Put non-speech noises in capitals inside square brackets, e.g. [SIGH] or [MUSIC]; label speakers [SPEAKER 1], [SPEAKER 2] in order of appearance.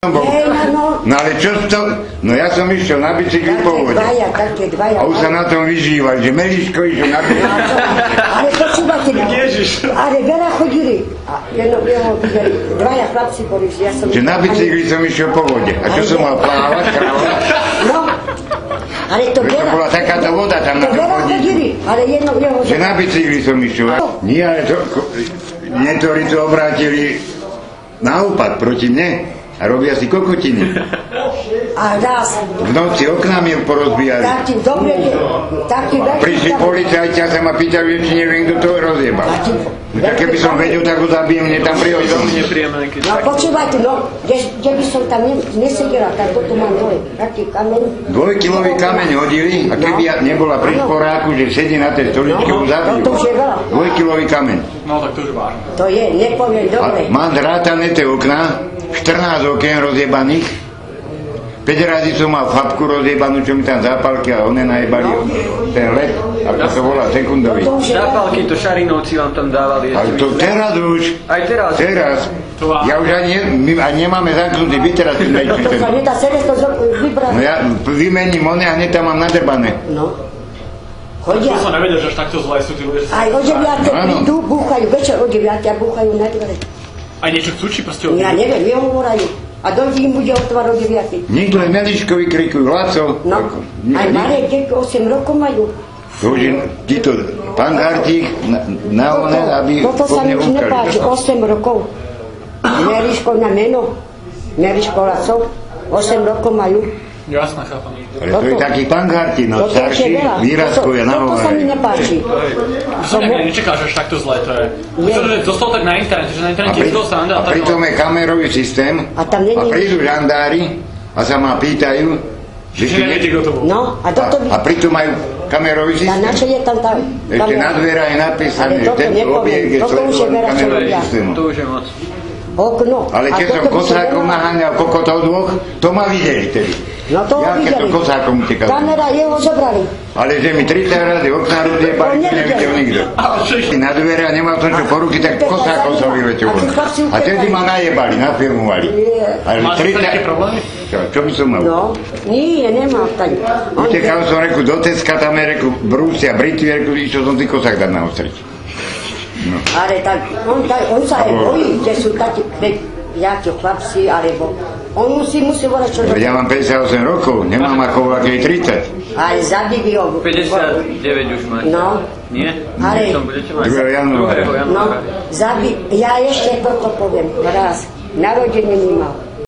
[SPEAKER 1] Tam bol.
[SPEAKER 2] Hej, no, no.
[SPEAKER 1] No ale čo to... No ja som išiel na bicykli
[SPEAKER 2] Také
[SPEAKER 1] po vode.
[SPEAKER 2] dvaja, také dvaja.
[SPEAKER 1] A už sa na tom vyžíval, že Meliško išiel na bicykli.
[SPEAKER 2] Ale počúvate ma. Ale veľa chodili. A jedno priamo videli. Dvaja chlapci boli, že ja som...
[SPEAKER 1] Že na bicykli som išiel po vode. A čo som mal plávať? Krávať?
[SPEAKER 2] No, ale
[SPEAKER 1] Veď
[SPEAKER 2] to
[SPEAKER 1] to
[SPEAKER 2] veľa...
[SPEAKER 1] bola takáto voda tam na tom
[SPEAKER 2] To veľa
[SPEAKER 1] chodníku.
[SPEAKER 2] chodili, ale jedno jeho...
[SPEAKER 1] Že na bicykli som išiel. A Nie, ale to... ko- Niektorí to obrátili naopak proti mne. A robia si kokotiny.
[SPEAKER 2] A raz,
[SPEAKER 1] V noci okná mi porozbíjali.
[SPEAKER 2] taký dobre, taký veľký...
[SPEAKER 1] Prišli policajti a sa ma pýtali, že či neviem, kto to rozjebal.
[SPEAKER 2] Taký
[SPEAKER 1] No tak keby som vedel, tak ho zabijem, mne tam
[SPEAKER 3] Veľmi
[SPEAKER 1] prihodil.
[SPEAKER 3] nepríjemné, keď
[SPEAKER 2] No počúvajte, no, kde, kde by som tam ne, nesedela, tak toto mám dole, taký kameň.
[SPEAKER 1] Dvojkilový kameň hodili a keby ja nebola pri šporáku, že sedí na tej stoličke, ho zabijú.
[SPEAKER 2] No, to už je veľa.
[SPEAKER 1] Dvojkilový kameň.
[SPEAKER 3] No tak to už vážne.
[SPEAKER 2] To je, nepoviem
[SPEAKER 1] A
[SPEAKER 2] dobre.
[SPEAKER 1] mám zrátané tie okná, 14 okien rozjebaných, 5 razy som mal fabku rozjebanú, čo mi tam zápalky a one najebali ten let, ako sa volá, sekundový.
[SPEAKER 2] No To už je veľa.
[SPEAKER 3] Zápalky to šarinovci vám tam dávali.
[SPEAKER 1] Ale to teraz už,
[SPEAKER 3] Aj teraz.
[SPEAKER 1] teraz, ja už ani, my ani nemáme zamknutý byt teraz tu
[SPEAKER 2] No to sa
[SPEAKER 1] najčistý.
[SPEAKER 2] [LAUGHS] nedá seriózne zo- vybrať.
[SPEAKER 1] No ja vymením one a hneď tam mám nadrbané.
[SPEAKER 2] No. Chodia.
[SPEAKER 4] To som nevedel, že až takto zle sú tí ľudia. že
[SPEAKER 2] Aj
[SPEAKER 4] sa-
[SPEAKER 2] o 9.
[SPEAKER 1] Áno.
[SPEAKER 2] prídu, búchajú, večer o 9. a búchajú na dvere.
[SPEAKER 4] Aj niečo chcú, či proste
[SPEAKER 2] Ja neviem, mi hovorajú. A dojde im bude otvor o 9.
[SPEAKER 1] Nikto len Meliško vykrikujú, Laco.
[SPEAKER 2] No,
[SPEAKER 1] Ako, ni-
[SPEAKER 2] aj
[SPEAKER 1] ni-
[SPEAKER 2] malé deti 8 rokov majú.
[SPEAKER 1] To už je títo pán Gartík na, na one, aby
[SPEAKER 2] toto
[SPEAKER 1] po
[SPEAKER 2] No sa mi
[SPEAKER 1] mne
[SPEAKER 2] už nepáči,
[SPEAKER 1] utkali.
[SPEAKER 2] 8 rokov. Meriško na meno, Meriško Laco, 8 rokov majú.
[SPEAKER 4] Jasné, chápam.
[SPEAKER 1] Ale to je
[SPEAKER 2] toto-
[SPEAKER 1] taký pán Gartík, no
[SPEAKER 2] Toto už je
[SPEAKER 1] starší,
[SPEAKER 2] veľa. Toto,
[SPEAKER 1] výrazkovia na
[SPEAKER 2] toto sa mi
[SPEAKER 1] hovore.
[SPEAKER 2] nepáči.
[SPEAKER 4] To som nejak nečakal, že až takto zle to je.
[SPEAKER 2] Nie.
[SPEAKER 4] Myslím, že zostal tak na internete, že na
[SPEAKER 1] A,
[SPEAKER 4] internete je
[SPEAKER 1] pri,
[SPEAKER 4] dosť sranda.
[SPEAKER 1] a
[SPEAKER 4] tak-
[SPEAKER 1] pritom je kamerový systém
[SPEAKER 2] A tam není-
[SPEAKER 1] a prídu žandári a sa ma pýtajú, že
[SPEAKER 4] Že
[SPEAKER 1] či
[SPEAKER 4] neviete, kto to bol.
[SPEAKER 2] No, a
[SPEAKER 1] a,
[SPEAKER 2] toto by...
[SPEAKER 1] a pritom majú kamerový
[SPEAKER 2] A na
[SPEAKER 1] systém.
[SPEAKER 2] čo je tam tá...
[SPEAKER 1] Ešte na dvera je napísané,
[SPEAKER 2] Ale
[SPEAKER 1] že
[SPEAKER 2] toto
[SPEAKER 1] tento
[SPEAKER 2] nepoviem,
[SPEAKER 1] objekt je
[SPEAKER 2] toto už je
[SPEAKER 1] sledovaný
[SPEAKER 2] veľa, čo
[SPEAKER 1] kamerovým
[SPEAKER 2] robia.
[SPEAKER 1] systémom.
[SPEAKER 3] To už je moc.
[SPEAKER 2] Okno.
[SPEAKER 1] Ale
[SPEAKER 2] A
[SPEAKER 1] keď som
[SPEAKER 2] toto by som
[SPEAKER 1] kosákom
[SPEAKER 2] nemala.
[SPEAKER 1] naháňal kokotov dvoch, to ma videli tedy.
[SPEAKER 2] No to
[SPEAKER 1] ja keď
[SPEAKER 2] videli.
[SPEAKER 1] som kosákom utekal.
[SPEAKER 2] Kamera jeho zobrali.
[SPEAKER 1] Ale že mi 30 razy okna ľudia
[SPEAKER 2] To
[SPEAKER 1] bali,
[SPEAKER 2] nevideli.
[SPEAKER 1] nevidel nikto.
[SPEAKER 4] [LAUGHS] Ale čo je-
[SPEAKER 1] Na dvere a nemal som čo po ruky, tak
[SPEAKER 2] to je
[SPEAKER 1] kosákom
[SPEAKER 2] zaujímavé.
[SPEAKER 1] som vyletel
[SPEAKER 2] A
[SPEAKER 1] von.
[SPEAKER 2] tí chlapci
[SPEAKER 1] A tedy ma najebali, nafilmovali.
[SPEAKER 2] Je.
[SPEAKER 1] Ale
[SPEAKER 4] Máte nejaké
[SPEAKER 1] 30...
[SPEAKER 4] problémy?
[SPEAKER 1] Čo, čo by som mal?
[SPEAKER 2] No, nie, nemá tady. On-
[SPEAKER 1] Utekal som reku do Teska, tam je reku Brúsia, Britvy, reku, išiel som si kosák dať na ostrič.
[SPEAKER 2] Ale tak, on, tak, on sa aj
[SPEAKER 1] Alebo-
[SPEAKER 2] bojí, že sú takí pred piati chlapci, alebo... On musí, musí volať, čo
[SPEAKER 1] Veď ja mám 58 rokov, nemám ako voľa, keď je 30.
[SPEAKER 2] Ale zabili ho.
[SPEAKER 3] 59 už máš.
[SPEAKER 2] No.
[SPEAKER 3] Nie?
[SPEAKER 2] Ale-
[SPEAKER 3] Potom budete mať.
[SPEAKER 1] 2. januára.
[SPEAKER 3] Druhého
[SPEAKER 2] No,
[SPEAKER 3] januára.
[SPEAKER 2] zabi... Ja ešte toto poviem. Raz. Narodeniny mal.